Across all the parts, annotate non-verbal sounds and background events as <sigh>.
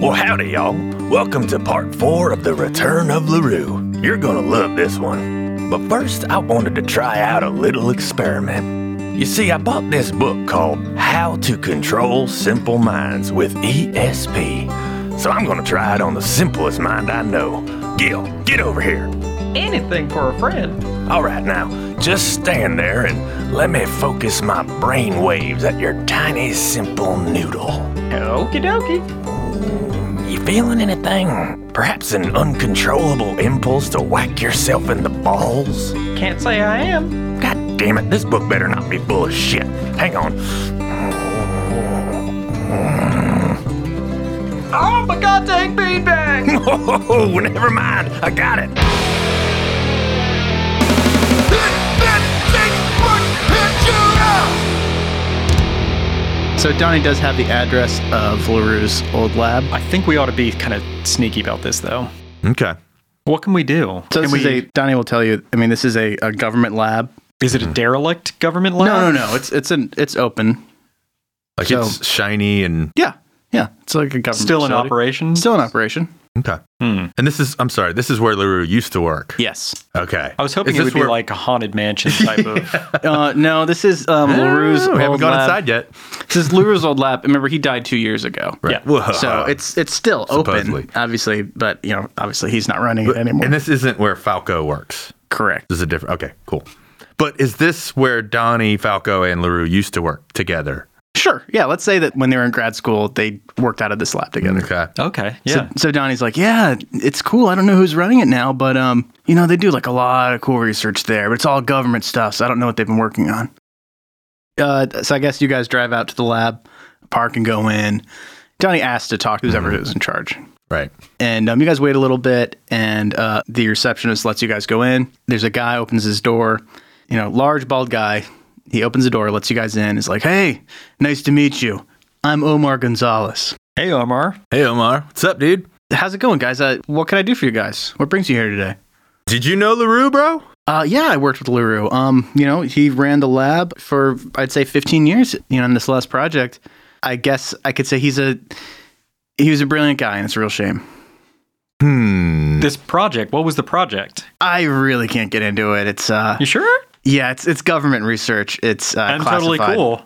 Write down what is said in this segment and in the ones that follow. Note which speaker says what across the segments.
Speaker 1: Well, howdy, y'all. Welcome to part four of The Return of LaRue. You're gonna love this one. But first, I wanted to try out a little experiment. You see, I bought this book called How to Control Simple Minds with ESP. So I'm gonna try it on the simplest mind I know. Gil, get over here.
Speaker 2: Anything for a friend.
Speaker 1: All right, now, just stand there and let me focus my brain waves at your tiny, simple noodle.
Speaker 3: Oh,
Speaker 2: Okie dokie.
Speaker 1: You feeling anything? Perhaps an uncontrollable impulse to whack yourself in the balls?
Speaker 2: Can't say I am.
Speaker 1: God damn it, this book better not be full of shit. Hang on. <laughs>
Speaker 2: Oh my god, take me back!
Speaker 1: Oh, never mind. I got it.
Speaker 4: So Donnie does have the address of LaRue's old lab.
Speaker 3: I think we ought to be kind of sneaky about this, though.
Speaker 5: Okay.
Speaker 3: What can we do? Can
Speaker 4: So this
Speaker 3: we,
Speaker 4: is a Donnie will tell you. I mean, this is a, a government lab.
Speaker 3: is it a derelict government lab?
Speaker 4: No, no, no. It's it's an it's open.
Speaker 5: Like
Speaker 4: So-
Speaker 5: it's shiny and
Speaker 4: Yeah, yeah. It's like a government
Speaker 3: Still in
Speaker 4: facility.
Speaker 3: operation?
Speaker 4: Still in operation.
Speaker 5: okay.
Speaker 3: Hmm.
Speaker 5: And this is I'm sorry, this is where LaRue used to work.
Speaker 4: Yes.
Speaker 5: Okay.
Speaker 3: I was hoping
Speaker 5: Is
Speaker 3: it
Speaker 5: this
Speaker 3: would be
Speaker 5: where-
Speaker 3: like a haunted mansion type of.
Speaker 4: <laughs> Uh, no, this is um,
Speaker 5: I don't
Speaker 4: Larue's.
Speaker 5: know, Oh, we haven't
Speaker 4: old
Speaker 5: gone
Speaker 4: lab.
Speaker 5: inside yet.
Speaker 4: This is Larue's old lab. Remember, he died two years ago.
Speaker 5: Right.
Speaker 3: Yeah.
Speaker 5: Whoa.
Speaker 4: So it's it's still
Speaker 5: Supposedly.
Speaker 4: open, obviously, but you know, obviously he's not running it anymore.
Speaker 5: And this isn't where Falco works.
Speaker 4: Correct.
Speaker 5: This is a different okay, cool. But is this where Donnie, Falco, and LaRue used to work together?
Speaker 4: Sure. Yeah. Let's say that when they were in grad school, they worked out of this lab together.
Speaker 5: Okay.
Speaker 3: Okay. Yeah.
Speaker 4: So Donnie's like, yeah, it's cool. I don't know who's running it now, but um, you know, they do like a lot of cool research there, but it's all government stuff, so I don't know what they've been working on. Uh, so I guess you guys drive out to the lab, park, and go in. Donnie asks to talk to whoever is in charge,
Speaker 5: Right.
Speaker 4: and um, you guys wait a little bit, and uh, the receptionist lets you guys go in. There's a guy opens his door, you know, large bald guy. He opens the door, lets you guys in. Is like, hey, nice to meet you. I'm Omar Gonzalez.
Speaker 3: Hey, Omar.
Speaker 5: Hey Omar. What's up, dude?
Speaker 4: How's it going, guys? Uh, what can I do for you guys? What brings you here today?
Speaker 5: Did you know LaRue, bro?
Speaker 4: Uh, yeah, I worked with Larue. Um, you know, he ran the lab for I'd say 15 years. You know, in this last project, I guess I could say he's a he was a brilliant guy, and it's a real shame.
Speaker 5: Hmm.
Speaker 3: This project. What was the project?
Speaker 4: I really can't get into it. It's uh,
Speaker 3: You sure?
Speaker 4: yeah, it's it's government research. It's uh,
Speaker 3: I'm totally
Speaker 4: classified.
Speaker 3: cool.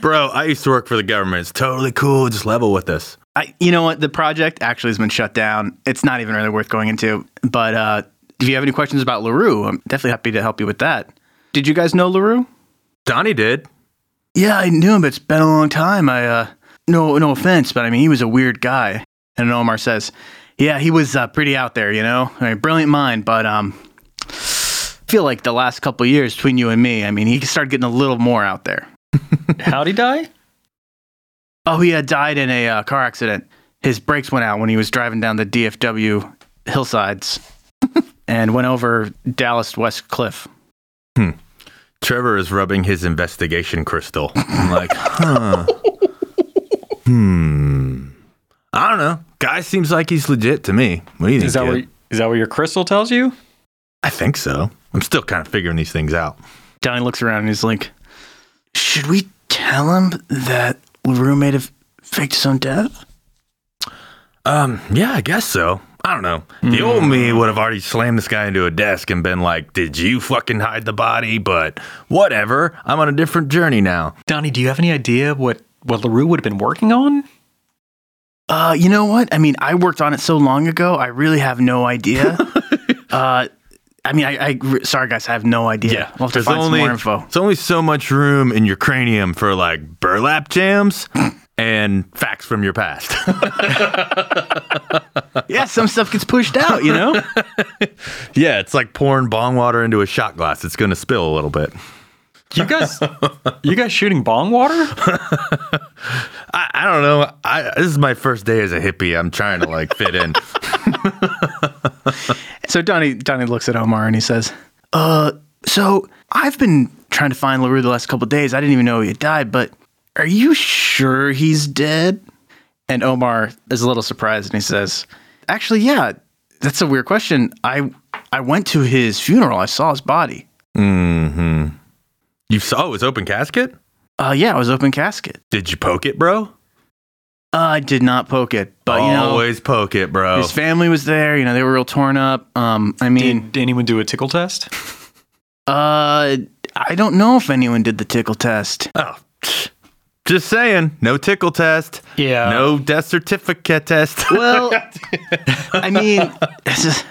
Speaker 5: Bro, I used to work for the government. It's totally cool. Just level with us.
Speaker 4: I, you know what? The project actually has been shut down. It's not even really worth going into. But uh, if you have any questions about Larue, I'm definitely happy to help you with that. Did you guys know Larue?
Speaker 5: Donnie did.
Speaker 4: Yeah, I knew him, but it's been a long time. I uh no no offense, but I mean he was a weird guy. And Omar says, Yeah, he was uh, pretty out there, you know? I mean, brilliant mind, but um feel like the last couple years between you and me, I mean he started getting a little more out there.
Speaker 3: How'd he die?
Speaker 4: Oh, he had died in a uh, car accident. His brakes went out when he was driving down the DFW hillsides <laughs> and went over Dallas West Cliff.
Speaker 5: Trevor is rubbing his investigation crystal. I'm like, huh. hmm. I don't know. Guy seems like he's legit to me. What do you think?
Speaker 3: Is that
Speaker 5: kid?
Speaker 3: what? Is that what your crystal tells you?
Speaker 5: I think so. I'm still kind of figuring these things out.
Speaker 4: Donnie looks around and he's like, Should we tell him that LaRue may have faked his own death?
Speaker 5: Um, yeah, I guess so. I don't know.
Speaker 4: Hmm.
Speaker 5: The old me would have already slammed this guy into a desk and been like, "Did you fucking hide the body?" But whatever. I'm on a different journey now.
Speaker 3: Donnie, do you have any idea what what Larue would have been working on?
Speaker 4: Uh, you know what? I mean, I worked on it so long ago, I really have no idea. <laughs> uh, I mean, I, I re- sorry guys, I have no idea. we'll have to
Speaker 5: there's
Speaker 4: find
Speaker 5: only,
Speaker 4: some more info.
Speaker 5: There's only so much room in your cranium for like
Speaker 4: <laughs>
Speaker 5: burlap jams and facts from your past.
Speaker 4: yeah, some stuff gets pushed out, you <laughs> know.
Speaker 5: yeah, it's like pouring bong water into a shot glass. It's going to spill a little bit.
Speaker 3: You guys, you guys shooting bong water?
Speaker 5: I, I don't know. I, this is my first day as a hippie. I'm trying to like
Speaker 4: <laughs>
Speaker 5: fit in.
Speaker 4: So Donnie Donnie looks at Omar and he says, "Uh, so I've been trying to find Larue the last couple of days. I didn't even know he had died, but are you sure he's dead?" And Omar is a little surprised and he says, "Actually, yeah, that's a weird question. I I went to his funeral. I saw his body.
Speaker 5: Mm-hmm. You saw it was open casket?
Speaker 4: Uh, yeah, it was open casket. Uh,
Speaker 5: Did you poke it, bro?
Speaker 4: I did not poke it, but you know,
Speaker 5: Always poke it, bro.
Speaker 4: his family was there. You know, they were real torn up. Um, I mean,
Speaker 3: Did anyone do a tickle test?
Speaker 4: uh, I don't know if anyone did the
Speaker 3: <laughs>
Speaker 4: tickle test.
Speaker 5: Oh, just saying. No tickle test.
Speaker 3: Yeah.
Speaker 5: No death certificate test.
Speaker 3: <laughs>
Speaker 5: <laughs>
Speaker 4: Well, I mean, <laughs> this is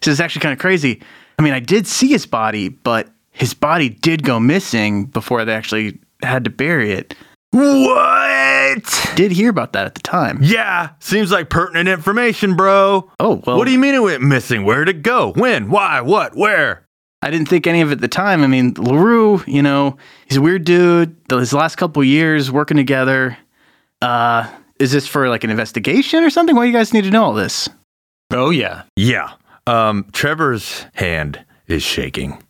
Speaker 4: this is actually kind of crazy. I mean, I did see his body, but his body did go missing before they actually had to bury it.
Speaker 5: what?
Speaker 4: Did hear about that at the time.
Speaker 5: Yeah, seems like pertinent information, bro.
Speaker 4: Oh well,
Speaker 5: what do you mean it went missing? Where'd it go? When? Why? What? Where?
Speaker 4: I didn't think any of it at the time. I mean, Larue, you know, he's a weird dude. Th- His last couple years working together. Uh, is this for like an investigation or something? Why do you guys need to know all this?
Speaker 3: Oh yeah.
Speaker 5: Yeah. Um, Trevor's hand is shaking.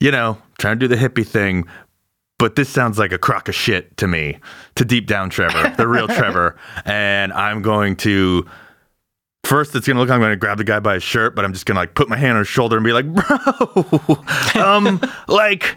Speaker 5: You know, trying to do the hippie thing, but this sounds like a crock of shit to me, to deep down Trevor, the real Trevor. And I'm going to. First, it's gonna look. I'm gonna grab the guy by his shirt, but I'm just gonna like put my hand on his shoulder and be like, "Bro, <laughs> um, like,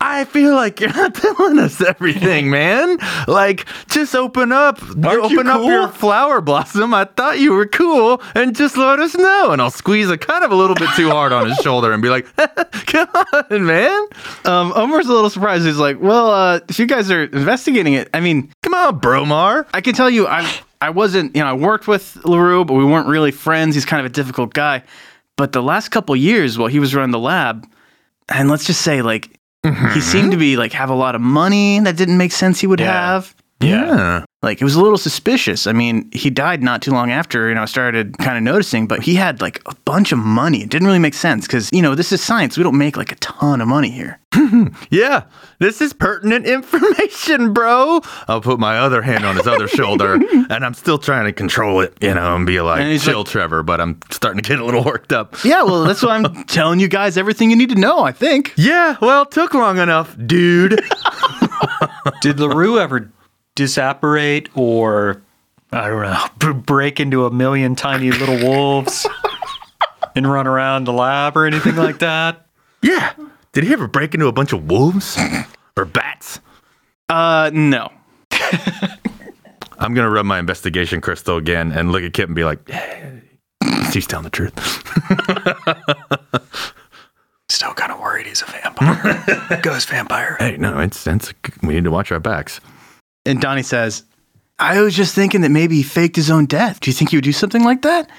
Speaker 5: I feel like you're not <laughs> telling us everything, man. Like, just open up,
Speaker 3: Aren't you
Speaker 5: open up your
Speaker 3: cool?"
Speaker 5: flower blossom. I thought you were cool, and just let us know. And I'll squeeze a kind of a little bit too hard on his shoulder and be like, <laughs> "Come on, man,
Speaker 4: Um, Omar's a little surprised. He's like, well, uh, if you guys are investigating it, I mean,
Speaker 5: come on, Bromar."
Speaker 4: I can tell you, I I wasn't, you know, I worked with Larue, but we weren't really friends. He's kind of a difficult guy. But the last couple years, while he was running the lab, and let's just say, like,
Speaker 3: Mm-hmm.
Speaker 4: he seemed to be like have a lot of money that didn't make sense. He would have.
Speaker 5: Yeah.
Speaker 4: Like it was a little suspicious. I mean, he died not too long after, you know, I started kind of noticing, but he had like a bunch of money. It didn't really make sense because, you know, this is science. We don't make like a ton of money here.
Speaker 5: Yeah, this is pertinent information, bro. I'll put my other hand on his other shoulder, and I'm still trying to control it, you know, and be
Speaker 4: And
Speaker 5: like,
Speaker 4: he's
Speaker 5: chill, Trevor, but I'm starting to get a little worked up.
Speaker 4: Yeah, well, that's why I'm telling you guys everything you need to know, I think.
Speaker 5: Yeah, well, it took long enough, dude.
Speaker 3: Did Larue ever disapparate or I don't know <laughs> b- break into a million tiny little
Speaker 5: <laughs>
Speaker 3: wolves and run around the lab or anything like that?
Speaker 5: yeah. Did he ever break into a bunch of <laughs> wolves or bats?
Speaker 4: Uh, no.
Speaker 5: I'm going to rub my investigation crystal again and look at Kip and be like, he's telling the truth.
Speaker 3: <laughs> Still kind of worried he's a vampire.
Speaker 5: <laughs>
Speaker 3: Ghost vampire.
Speaker 5: Hey, no, it's, it's, we need to watch our backs.
Speaker 4: And Donnie says, I was just thinking that maybe he faked his own death. Do you think he would do something like that?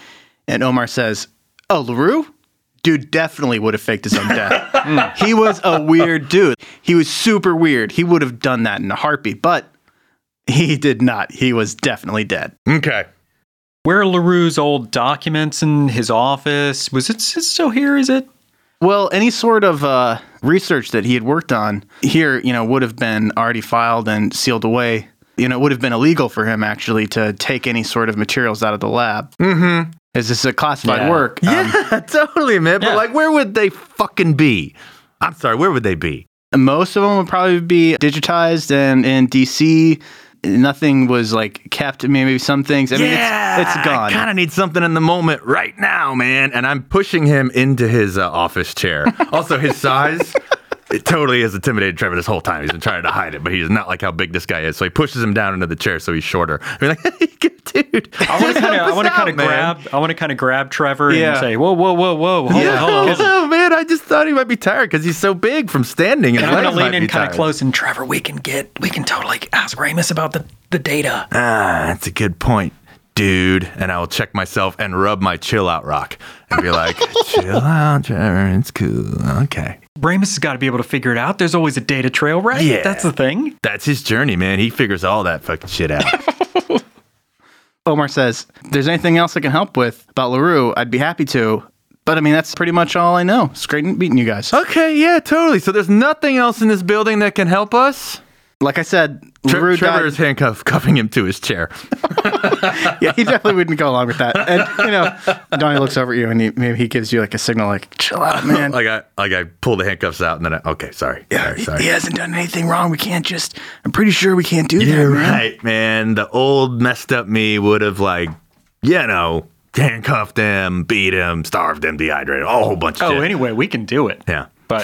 Speaker 4: And Omar says, Oh, LaRue? Dude definitely would have faked his own death. <laughs> he was a weird dude. He was super weird. He would have done that in a heartbeat, but he did not. He was definitely dead.
Speaker 5: Okay.
Speaker 3: Where are Larue's old documents in his office? Was it is it still here? Is it?
Speaker 4: Well, any sort of uh, research that he had worked on here, you know, would have been already filed and sealed away. You know, it would have been illegal for him actually to take any sort of materials out of the lab. Mm-hmm. Is this a classified
Speaker 3: Yeah.
Speaker 4: work? Um,
Speaker 5: <laughs> Yeah, totally, man. But
Speaker 3: yeah.
Speaker 5: like, where would they fucking be? I'm sorry, where would they be?
Speaker 4: Um, most of them would probably be digitized and in DC. Nothing was like kept. I mean, maybe some things. I mean, it's, it's gone.
Speaker 5: I kind of need something in the moment right now, man. And I'm pushing him into his uh, office
Speaker 3: <laughs>
Speaker 5: chair. also, his size. It totally has intimidated Trevor this whole time. He's been trying to hide it, but he's not like how big this guy is. So he pushes him down into the chair so he's shorter. We're like, <laughs> dude,
Speaker 3: <laughs> I
Speaker 5: <laughs>
Speaker 3: want to kind of I want to kind of grab I want to kind of grab Trevor and say whoa whoa whoa whoa hold on,
Speaker 5: Yeah,
Speaker 3: hold on, hold on.
Speaker 5: oh, <laughs> man, I just thought he might be tired because he's so big from standing. And
Speaker 3: And
Speaker 5: his
Speaker 3: I'm gonna
Speaker 5: legs might
Speaker 3: lean in
Speaker 5: be
Speaker 3: kind of
Speaker 5: tired.
Speaker 3: close and Trevor, we can get we can totally ask Ramus about the the data.
Speaker 5: Ah, that's a good point, dude. And I will check myself and rub my chill out rock and be like, chill out, Trevor. It's cool. Okay.
Speaker 3: Ramus has got to be able to figure it out. There's always a data trail, right?
Speaker 5: Yeah.
Speaker 3: That's the thing.
Speaker 5: That's his journey, man. He figures all that fucking shit out.
Speaker 4: Omar says, if there's anything else I can help with about LaRue, I'd be happy to. But I mean, that's pretty much all I know. It's great meeting you guys.
Speaker 5: okay, yeah, totally. So there's nothing else in this building that can help us?
Speaker 4: Like I said,
Speaker 5: Tre-
Speaker 4: LaRue
Speaker 5: Trevor
Speaker 4: died.
Speaker 5: is handcuffed, <laughs> cuffing him to his chair.
Speaker 4: yeah, he definitely wouldn't go along with that. And you know, Donnie looks over at you and he, maybe he gives you like a signal, like "chill out, man."
Speaker 5: Like I, like I pull the handcuffs out and then I, okay, sorry. sorry, sorry.
Speaker 4: He hasn't done anything wrong. We can't just. I'm pretty sure we can't do
Speaker 5: You're
Speaker 4: that, man.
Speaker 5: right, man. The old messed up me would have like, you know, handcuffed him, beat him, starved him, dehydrated, a whole bunch of
Speaker 3: Oh,
Speaker 5: shit.
Speaker 3: anyway, we can do it.
Speaker 5: Yeah.
Speaker 3: but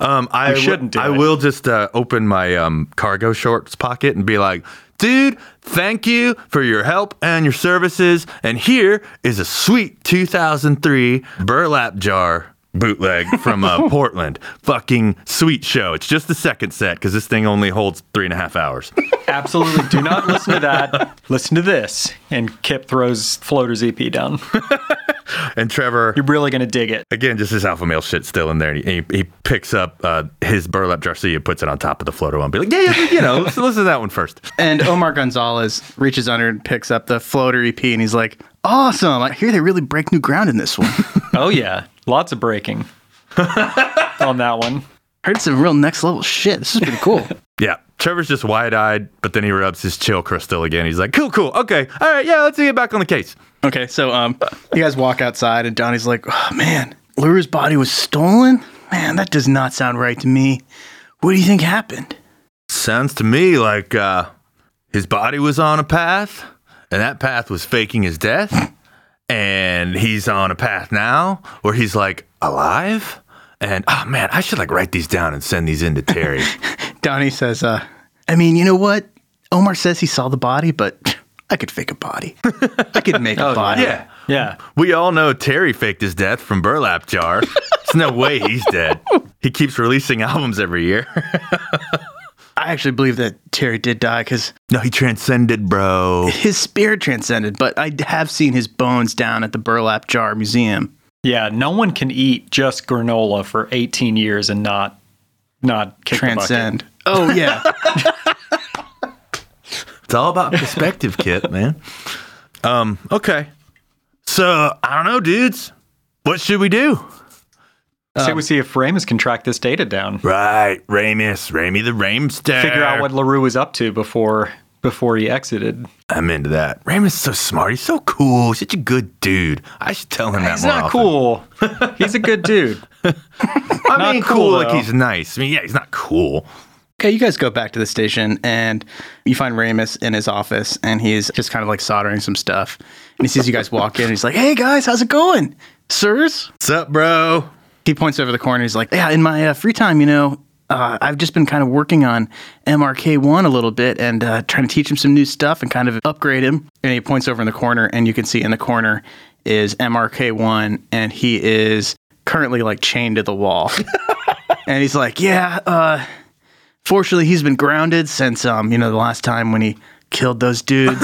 Speaker 5: Um, I wi-
Speaker 3: shouldn't do
Speaker 5: I
Speaker 3: it.
Speaker 5: will just uh, open my um, cargo shorts pocket and be like, dude, thank you for your help and your services. And here is a sweet 2003 burlap jar bootleg
Speaker 3: <laughs>
Speaker 5: from uh, Portland. Fucking sweet show. It's just the second set because this thing only holds three and a half hours.
Speaker 3: absolutely do not listen to that. Listen to this. And Kip throws Floater's EP down.
Speaker 5: And Trevor.
Speaker 3: You're really going to dig it.
Speaker 5: Again, just this alpha male shit still in there. And he, he picks up uh, his burlap jar, so he puts it on top of the floater one. Be like, yeah, yeah, you know, let's listen to that one first.
Speaker 4: And Omar Gonzalez reaches under and picks up the floater EP and he's like, awesome. I hear they really break new ground in this one. <laughs>
Speaker 3: Oh, yeah. Lots of breaking <laughs> on that one.
Speaker 4: Heard some real next level shit. This is pretty cool.
Speaker 5: Yeah. Trevor's just wide eyed, but then he rubs his chill crystal again. He's like, cool, cool. Okay. All right. Yeah. Let's get back on the case.
Speaker 4: <laughs> okay, so um, you guys walk outside and Donnie's like, oh, man, Luru's body was stolen? Man, that does not sound right to me. What do you think happened?
Speaker 5: Sounds to me like uh, his body was on a path, and that path was faking his death. And he's on a path now where he's like alive. And oh man, I should like write these down and send these in to Terry.
Speaker 4: Donnie says, uh, I mean, you know what? Omar says he saw the body, but I could fake a body. I could
Speaker 5: <laughs>
Speaker 4: make a body.
Speaker 5: Oh, yeah.
Speaker 3: Yeah.
Speaker 5: We all know Terry faked his death from burlap jar. There's no way he's dead. He keeps releasing albums every year. <laughs>
Speaker 4: I actually believe that Terry did die because
Speaker 5: no, he transcended, bro.
Speaker 4: his spirit transcended, but I have seen his bones down at the Burlap Jar Museum.
Speaker 3: Yeah. No one can eat just granola for 18 years and not, not kick the bucket.
Speaker 4: Transcend. Oh,
Speaker 5: <laughs>
Speaker 4: yeah.
Speaker 5: It's all about perspective, Kip, man. Um, okay. So I don't know, dudes. What should we do?
Speaker 3: Say we see if Ramus can track this data down.
Speaker 5: Right, Ramus, Ramy the Ramster.
Speaker 3: Figure out what LaRue was up to before before he exited.
Speaker 5: I'm into that. Ramus is so smart. He's so cool. He's such a good dude. I should tell him that
Speaker 3: He's
Speaker 5: more
Speaker 3: not
Speaker 5: often.
Speaker 3: cool. He's a good dude.
Speaker 5: I
Speaker 3: Not
Speaker 5: mean,
Speaker 3: cool,
Speaker 5: cool, like
Speaker 3: though.
Speaker 5: he's nice. I mean, yeah, he's not cool.
Speaker 4: okay, you guys go back to the station and you find Ramus in his office and he's just kind of like soldering some stuff. And he sees you guys walk in and he's like, hey guys, how's it going? Sirs?
Speaker 5: What's up, bro?
Speaker 4: He points over the corner. He's like, yeah, in my uh, free time, you know, uh, I've just been kind of working on MRK1 a little bit and uh, trying to teach him some new stuff and kind of upgrade him. And he points over in the corner, and you can see in the corner is MRK1, and he is currently like chained to the wall. and he's like, yeah, uh, fortunately, he's been grounded since, um, you know, the last time when he killed those dudes.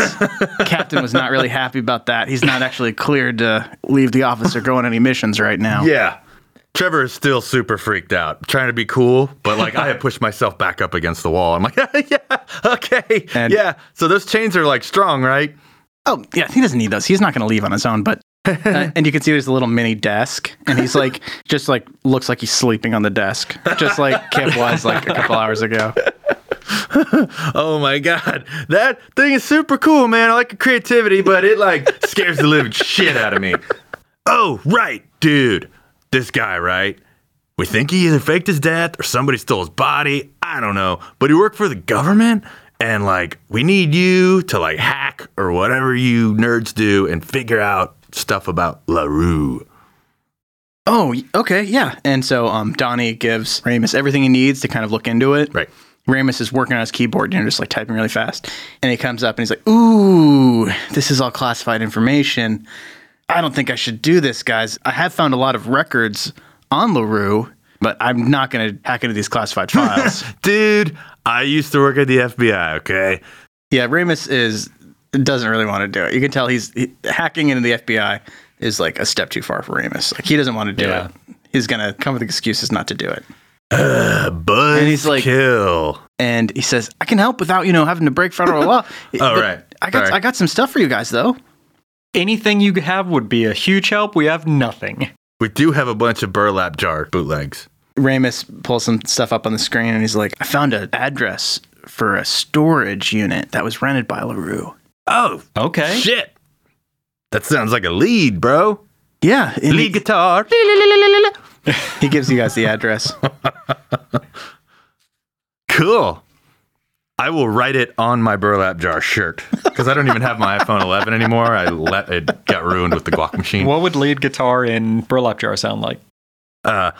Speaker 4: Captain was not really happy about that. He's not actually cleared to leave the office or go on any missions right now.
Speaker 5: Yeah. Trevor is still super freaked out, trying to be cool, but like I had pushed myself back up against the wall. I'm like, <laughs> yeah, okay,
Speaker 4: And-
Speaker 5: yeah. So those chains are like strong, right?
Speaker 4: Oh, yeah, he doesn't need those. He's not going to leave on his own, but. uh, and you can see there's a little mini desk, and he's like, <laughs> just like, looks like he's sleeping on the desk, just like Kip was like a couple hours ago.
Speaker 5: Oh my god, that thing is super cool, man. I like your creativity, but it like scares the living shit out of me. Oh right, dude, this guy, right? We think he either faked his death or somebody stole his body. I don't know, but he worked for the government, and like we need you to like hack or whatever you nerds do and figure out stuff about Larue.
Speaker 4: Oh, y- okay, yeah. And so um, Donnie gives Ramus everything he needs to kind of look into it.
Speaker 5: Right.
Speaker 4: Ramus is working on his keyboard, you know, just like typing really fast. And he comes up and he's like, Ooh, this is all classified information. I don't think I should do this, guys. I have found a lot of records on LaRue, but I'm not going to hack into these classified files.
Speaker 5: Dude, I used to work at the FBI. Okay,
Speaker 4: yeah, Ramus is doesn't really want to do it. You can tell he's he, hacking into the FBI is like a step too far for Ramus. Like he doesn't want to do
Speaker 3: Yeah.
Speaker 4: it. He's going to come with excuses not to do it.
Speaker 5: but
Speaker 4: he's like-
Speaker 5: kill.
Speaker 4: and he says, "I can help without you know having to break federal law."
Speaker 5: <laughs> Oh, right.
Speaker 4: I got
Speaker 5: Sorry.
Speaker 4: I got some stuff for you guys though.
Speaker 3: Anything you have would be a huge help. We have nothing.
Speaker 5: We do have a bunch of burlap jar bootlegs.
Speaker 4: Ramus pulls some stuff up on the screen and he's like, "I found an address for a storage unit that was rented by Larue."
Speaker 5: Oh,
Speaker 3: Okay.
Speaker 5: shit. That sounds like a lead, bro.
Speaker 4: Yeah, and
Speaker 5: Lead
Speaker 4: he,
Speaker 5: guitar.
Speaker 4: he gives you guys the address.
Speaker 5: Cool. I will write it on my burlap jar shirt because I don't even have my iPhone 11 anymore. I let it got ruined with the guac machine.
Speaker 3: What would lead guitar in burlap jar sound like?
Speaker 5: Uh,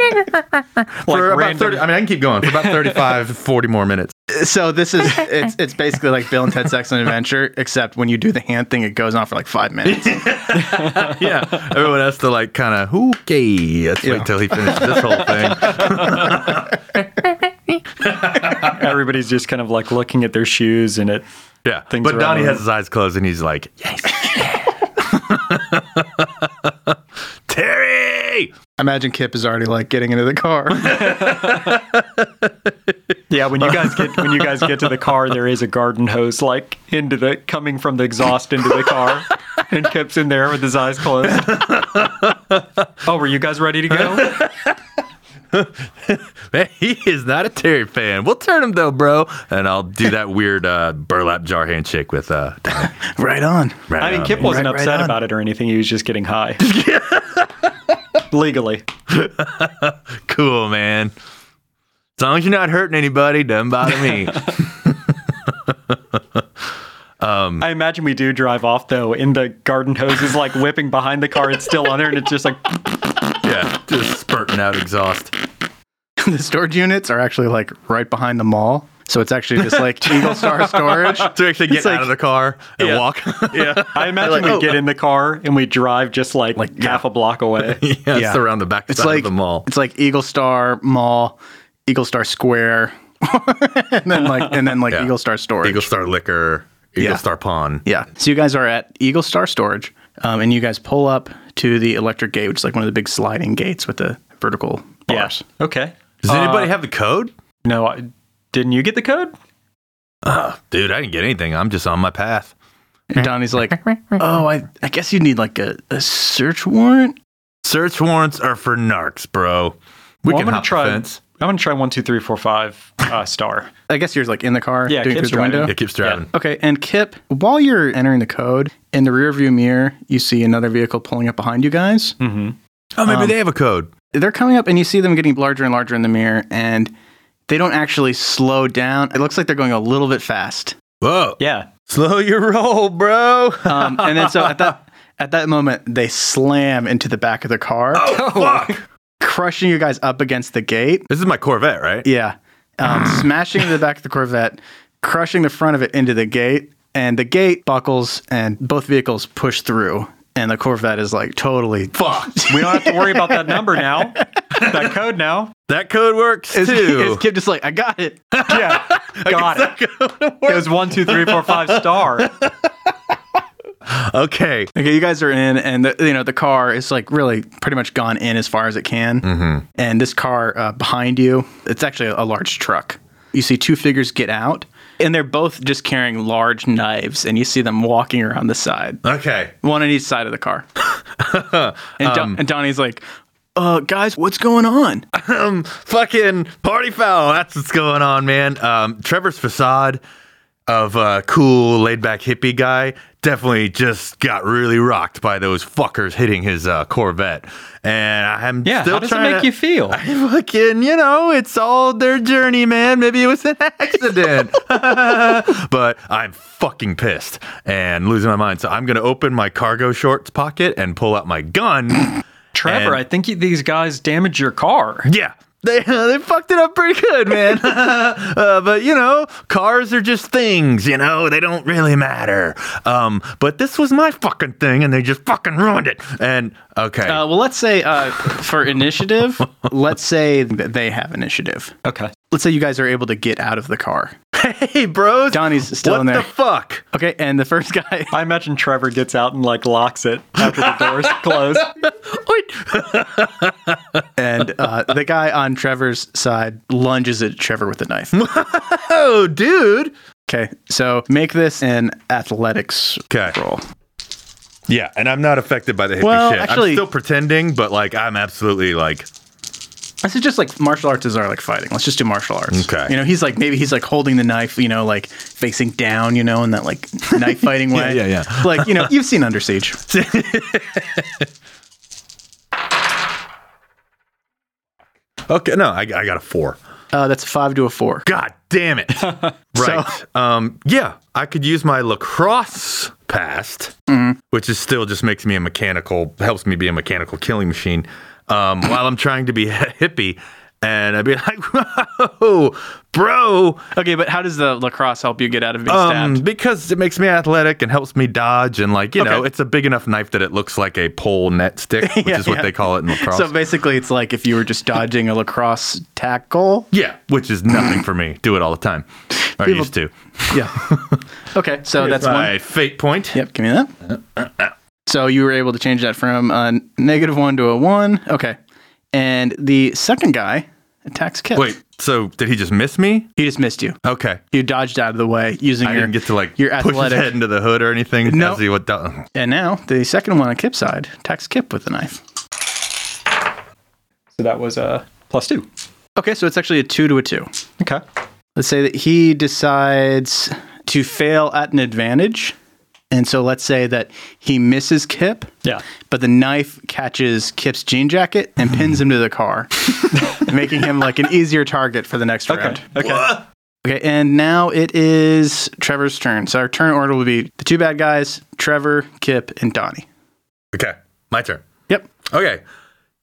Speaker 5: for about
Speaker 3: random-
Speaker 5: 30, I mean, I can keep going for
Speaker 3: <laughs>
Speaker 5: about 35, 40 more minutes.
Speaker 4: So this is it's it's basically like Bill and Ted's Excellent Adventure, except when you do the hand thing, it goes on for like five
Speaker 5: <laughs>
Speaker 4: minutes.
Speaker 5: Yeah. Everyone has to, like, kind of, okay, let's wait till he finishes this whole thing.
Speaker 3: <laughs> Everybody's just kind of like looking at their shoes and it.
Speaker 5: Yeah.
Speaker 3: Things
Speaker 5: but
Speaker 3: are out
Speaker 5: Donnie
Speaker 3: of-
Speaker 5: has his eyes closed and he's like,
Speaker 3: <laughs>
Speaker 5: yes. <laughs> Terry!
Speaker 4: Imagine Kip is already like getting into the
Speaker 5: <laughs>
Speaker 4: car.
Speaker 3: Yeah, when you guys get when you guys get to the car, there is a garden hose like into the coming from the exhaust into the car, and Kip's in there with his eyes closed. oh, were you guys ready to go?
Speaker 5: Man, he is not a Terry fan. We'll turn him though, bro. And I'll do that weird uh, burlap jar handshake with uh, Donnie.
Speaker 4: right on. <laughs>
Speaker 5: Right
Speaker 3: I mean,
Speaker 5: on,
Speaker 3: Kip
Speaker 5: man.
Speaker 3: wasn't
Speaker 4: Right, right
Speaker 3: upset
Speaker 4: on.
Speaker 3: about it or anything. He was just getting
Speaker 4: <laughs>
Speaker 3: high. Legally.
Speaker 5: cool, man. As long as you're not hurting anybody, doesn't bother me.
Speaker 4: Mm.
Speaker 3: I imagine we do drive off though, and the garden hose is like whipping behind the car. It's still on there, and it's just like
Speaker 5: yeah, just spurting out exhaust.
Speaker 4: the storage units are actually like right behind the mall. So it's actually just
Speaker 5: <laughs>
Speaker 4: like Eagle Star storage.
Speaker 5: To actually get
Speaker 4: It's
Speaker 5: out
Speaker 4: like-
Speaker 5: of the car and
Speaker 4: Yeah.
Speaker 5: walk. <laughs>
Speaker 4: Yeah.
Speaker 3: I imagine
Speaker 4: Like,
Speaker 3: we
Speaker 4: oh.
Speaker 3: get in the car and we drive just like, half a block away.
Speaker 4: <laughs>
Speaker 5: yeah, it's
Speaker 4: Yeah.
Speaker 5: around the back
Speaker 4: It's
Speaker 5: side
Speaker 4: like
Speaker 5: of the mall.
Speaker 4: It's like Eagle Star Mall, Eagle Star Square, <laughs> and then like and then like
Speaker 5: Yeah.
Speaker 4: Eagle Star Storage.
Speaker 5: Eagle Star Liquor, Eagle
Speaker 4: Yeah.
Speaker 5: Star Pawn.
Speaker 4: Yeah. So you guys are at Eagle Star Storage, um, and you guys pull up to the electric gate, which is like one of the big sliding gates with the vertical bars.
Speaker 3: Okay.
Speaker 5: Does anybody have the code?
Speaker 3: No, I, didn't you get the code?
Speaker 5: Dude, I didn't get anything. I'm just on my path.
Speaker 4: And Donnie's like, "Oh, I, I guess you need like a, a search warrant."
Speaker 5: Search warrants are for narcs, bro. We
Speaker 3: Well,
Speaker 5: can
Speaker 3: I'm gonna
Speaker 5: hop the
Speaker 3: try.
Speaker 5: fence.
Speaker 3: I'm gonna try one, two, three, four, five uh, star.
Speaker 4: I guess you're like in the car,
Speaker 3: Yeah,
Speaker 4: doing
Speaker 3: Kip's
Speaker 4: through the
Speaker 3: driving.
Speaker 4: window.
Speaker 5: It keeps driving.
Speaker 4: Okay, and Kip, while you're entering the code in the rearview mirror, you see another vehicle pulling up behind you guys.
Speaker 3: Mm-hmm.
Speaker 5: Oh, maybe they have a code.
Speaker 4: They're coming up, and you see them getting larger and larger in the mirror, and they don't actually slow down. It looks like they're going a little bit fast.
Speaker 5: Whoa.
Speaker 3: Yeah.
Speaker 5: Slow your roll, bro. <laughs>
Speaker 4: Um, and then so at that
Speaker 3: <laughs>
Speaker 4: at that moment, they slam into the back of the car,
Speaker 3: Oh,
Speaker 5: Fuck.
Speaker 4: <laughs> crushing you guys up against the gate.
Speaker 5: This is my Corvette, right?
Speaker 4: Yeah,
Speaker 3: <sighs>
Speaker 4: um, smashing into the back of the Corvette, crushing the front of it into the gate, and the gate buckles, and both vehicles push through, and the Corvette is like totally fucked. <laughs>
Speaker 3: We don't have to worry about that number now. That code now.
Speaker 5: That code works
Speaker 4: Is,
Speaker 5: too.
Speaker 4: is
Speaker 5: <laughs>
Speaker 4: Kip just like I got it?
Speaker 3: <laughs>
Speaker 4: <laughs>
Speaker 3: Yeah. Got it. <laughs> It was one, two, three, four, five star.
Speaker 5: okay.
Speaker 4: Okay, you guys are in, and the, you know the car is like really pretty much gone in as far as it can. Mm-hmm. And this car uh, behind you, it's actually a large truck. You see two figures get out, and they're both just carrying large knives, and you see them walking around the side,
Speaker 5: Okay.
Speaker 4: one on each side of the
Speaker 5: <laughs>
Speaker 4: car. and, Don- and Donnie's like, "Uh, guys, what's going on?"
Speaker 5: Um, fucking party foul. That's what's going on, man. Um, Trevor's facade of a cool, laid back hippie guy definitely just got really rocked by those fuckers hitting his uh, Corvette. And I'm
Speaker 3: <laughs> Yeah.
Speaker 5: still
Speaker 3: how does it
Speaker 5: trying
Speaker 3: make
Speaker 5: to-
Speaker 3: you feel?
Speaker 5: <laughs> fucking, you know, it's all their journey, man. Maybe it was an <laughs> accident. but I'm fucking pissed and losing my mind. So I'm going to open my cargo shorts pocket and pull out my gun.
Speaker 3: <coughs> Trevor,
Speaker 5: and-
Speaker 3: I think you, these guys damaged your car.
Speaker 5: yeah. They, <laughs> they fucked it up pretty good, man. <laughs> uh, but you know, cars are just things. You know, they don't really matter. Um, but this was my fucking thing, and they just fucking ruined it. And okay,
Speaker 4: Uh, well, let's say uh, for initiative, <laughs> let's say that they have initiative.
Speaker 3: Okay.
Speaker 4: Let's say you guys are able to get out of the car.
Speaker 5: hey, bros,
Speaker 4: Donnie's still
Speaker 5: what
Speaker 4: in there.
Speaker 5: the fuck?
Speaker 4: Okay, and the first
Speaker 5: <laughs>
Speaker 4: guy
Speaker 3: I imagine Trevor gets out and like locks it after the <laughs> doors close.
Speaker 4: and uh, the guy on Trevor's side lunges at Trevor with a
Speaker 5: <laughs>
Speaker 4: knife.
Speaker 5: Oh, dude.
Speaker 4: Okay, so make this an athletics
Speaker 5: Okay.
Speaker 4: roll.
Speaker 5: Yeah, and I'm not affected by the hippie
Speaker 4: Well,
Speaker 5: shit.
Speaker 4: actually-
Speaker 5: I'm still pretending, but like I'm absolutely like
Speaker 4: This is just like martial arts is are like fighting. Let's just do martial arts.
Speaker 5: Okay.
Speaker 4: You know, he's like maybe he's like holding the knife, you know, like facing down, you know, in that like knife
Speaker 5: <laughs>
Speaker 4: fighting way.
Speaker 5: yeah, yeah.
Speaker 4: Like
Speaker 5: <laughs>
Speaker 4: you know, you've seen Under Siege.
Speaker 5: okay. No, I, I got a four.
Speaker 4: Uh, that's a five to a four.
Speaker 5: God damn it! right. um. Yeah, I could use my lacrosse past, which is still just makes me a mechanical, helps me be a mechanical killing machine. Um, while I'm trying to be <laughs> a hippie, and I'd be like, <laughs> "Whoa, bro!"
Speaker 4: Okay, but how does the lacrosse help you get out of being
Speaker 5: Um,
Speaker 4: stabbed?
Speaker 5: because it makes me athletic and helps me dodge, and like you know,
Speaker 4: Okay.
Speaker 5: it's a big enough knife that it looks like a pole
Speaker 4: <laughs>
Speaker 5: net stick, which
Speaker 4: Yeah,
Speaker 5: is what
Speaker 4: yeah.
Speaker 5: they call it in lacrosse.
Speaker 4: So basically, it's like if you were just dodging a lacrosse tackle.
Speaker 5: yeah, which is nothing
Speaker 4: <clears throat>
Speaker 5: for me. Do it all the time. Or
Speaker 4: People-
Speaker 5: used to.
Speaker 4: Yeah. okay, so that's one.
Speaker 5: my fate point.
Speaker 4: Yep, give me that. So you were able to change that from a negative one to a one. Okay. And the second guy attacks Kip.
Speaker 5: Wait, so did he just miss me?
Speaker 4: He just missed you.
Speaker 5: Okay.
Speaker 4: You dodged out of the way using
Speaker 5: I
Speaker 4: your
Speaker 5: didn't get to like
Speaker 4: your
Speaker 5: push
Speaker 4: athletic.
Speaker 5: his head into the hood or anything.
Speaker 4: No.
Speaker 5: as he went down.
Speaker 4: And now the second one on Kip's side attacks Kip with the knife.
Speaker 3: So that was uh, plus two.
Speaker 4: Okay, so it's actually a two to a two.
Speaker 3: Okay.
Speaker 4: Let's say that he decides to fail at an advantage. And so let's say that he misses Kip.
Speaker 3: Yeah.
Speaker 4: But the knife catches Kip's jean jacket and
Speaker 3: Mm-hmm.
Speaker 4: pins him to the
Speaker 3: <laughs>
Speaker 4: car, making him like an easier target for the next round.
Speaker 3: Okay.
Speaker 4: Okay, and now it is Trevor's turn. So our turn order will be the two bad guys, Trevor, Kip, and Donnie.
Speaker 5: Okay, my turn.
Speaker 4: Yep.
Speaker 5: Okay.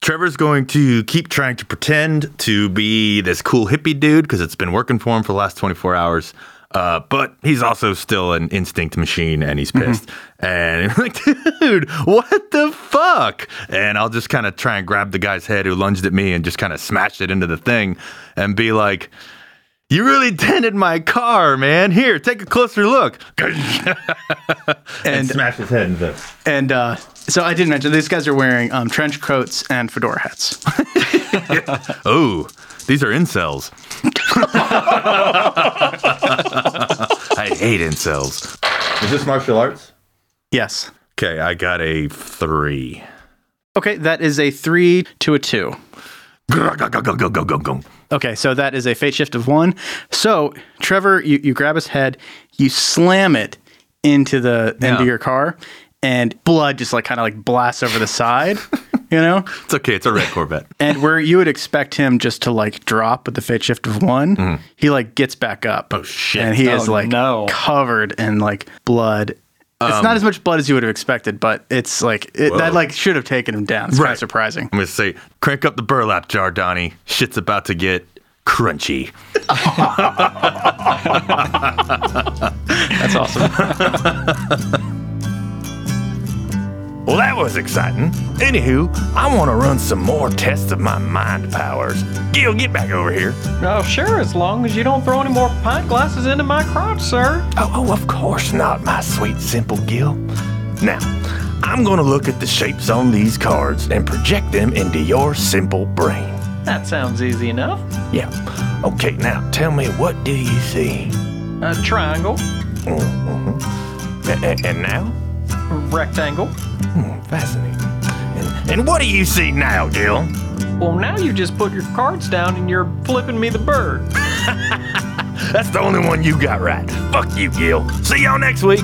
Speaker 5: Trevor's going to keep trying to pretend to be this cool hippie dude because it's been working for him for the last 24 hours. Uh, but he's also still an instinct machine and he's pissed. And I'm like, <laughs> dude, what the fuck? And I'll just kind of try and grab the guy's head who lunged at me and just kind of smash it into the thing and be like, you really dented my car, man. Here, take a closer look. <laughs> and,
Speaker 4: And
Speaker 5: smash his head into the.
Speaker 4: and uh, so I didn't mention these guys are wearing um, trench coats and
Speaker 3: <laughs>
Speaker 4: fedora hats.
Speaker 5: Oh, these are incels. <laughs> I hate incels. Is this martial arts?
Speaker 4: yes.
Speaker 5: Okay, I got a three.
Speaker 4: Okay, that is a three to a two.
Speaker 5: Go, go, go, go, go, go, go.
Speaker 4: Okay, so that is a fate shift of one. So Trevor, you, you grab his head, you slam it into the into
Speaker 5: Yeah.
Speaker 4: your car, and blood just like kind of like blasts over the
Speaker 5: <laughs>
Speaker 4: side, you know.
Speaker 5: It's okay. It's a red Corvette.
Speaker 4: And where you would expect him just to like drop with the fate shift of one, he like gets back up. Oh
Speaker 5: Mm-hmm. shit.
Speaker 4: And he
Speaker 3: Oh,
Speaker 4: is like
Speaker 3: no.
Speaker 4: covered in like blood. it's not as much blood as you would have expected, but it's like it, that
Speaker 5: Um. Whoa.
Speaker 4: like should have taken him down. It's kind
Speaker 5: Right.
Speaker 4: of surprising.
Speaker 5: I'm gonna say, crank up the burlap jar, Donnie. Shit's about to get crunchy.
Speaker 4: That's awesome.
Speaker 1: Well, that was exciting. Anywho, I want to run some more tests of my mind powers. Gil, get back over here.
Speaker 2: Oh, sure, as long as you don't throw any more pint glasses into my crotch, sir.
Speaker 1: Oh, oh, of course not, my sweet simple Gil. Now, I'm going to look at the shapes on these cards and project them into your simple brain.
Speaker 2: That sounds easy enough.
Speaker 1: Yeah. Okay, now tell me, what do you see?
Speaker 2: A triangle,
Speaker 1: A- a- and now?
Speaker 2: a rectangle.
Speaker 1: Fascinating. And, and what do you see now, Gil?
Speaker 2: Well, now you just put your cards down and you're flipping me the bird.
Speaker 1: That's the only one you got right. Fuck you, Gil. See y'all next week.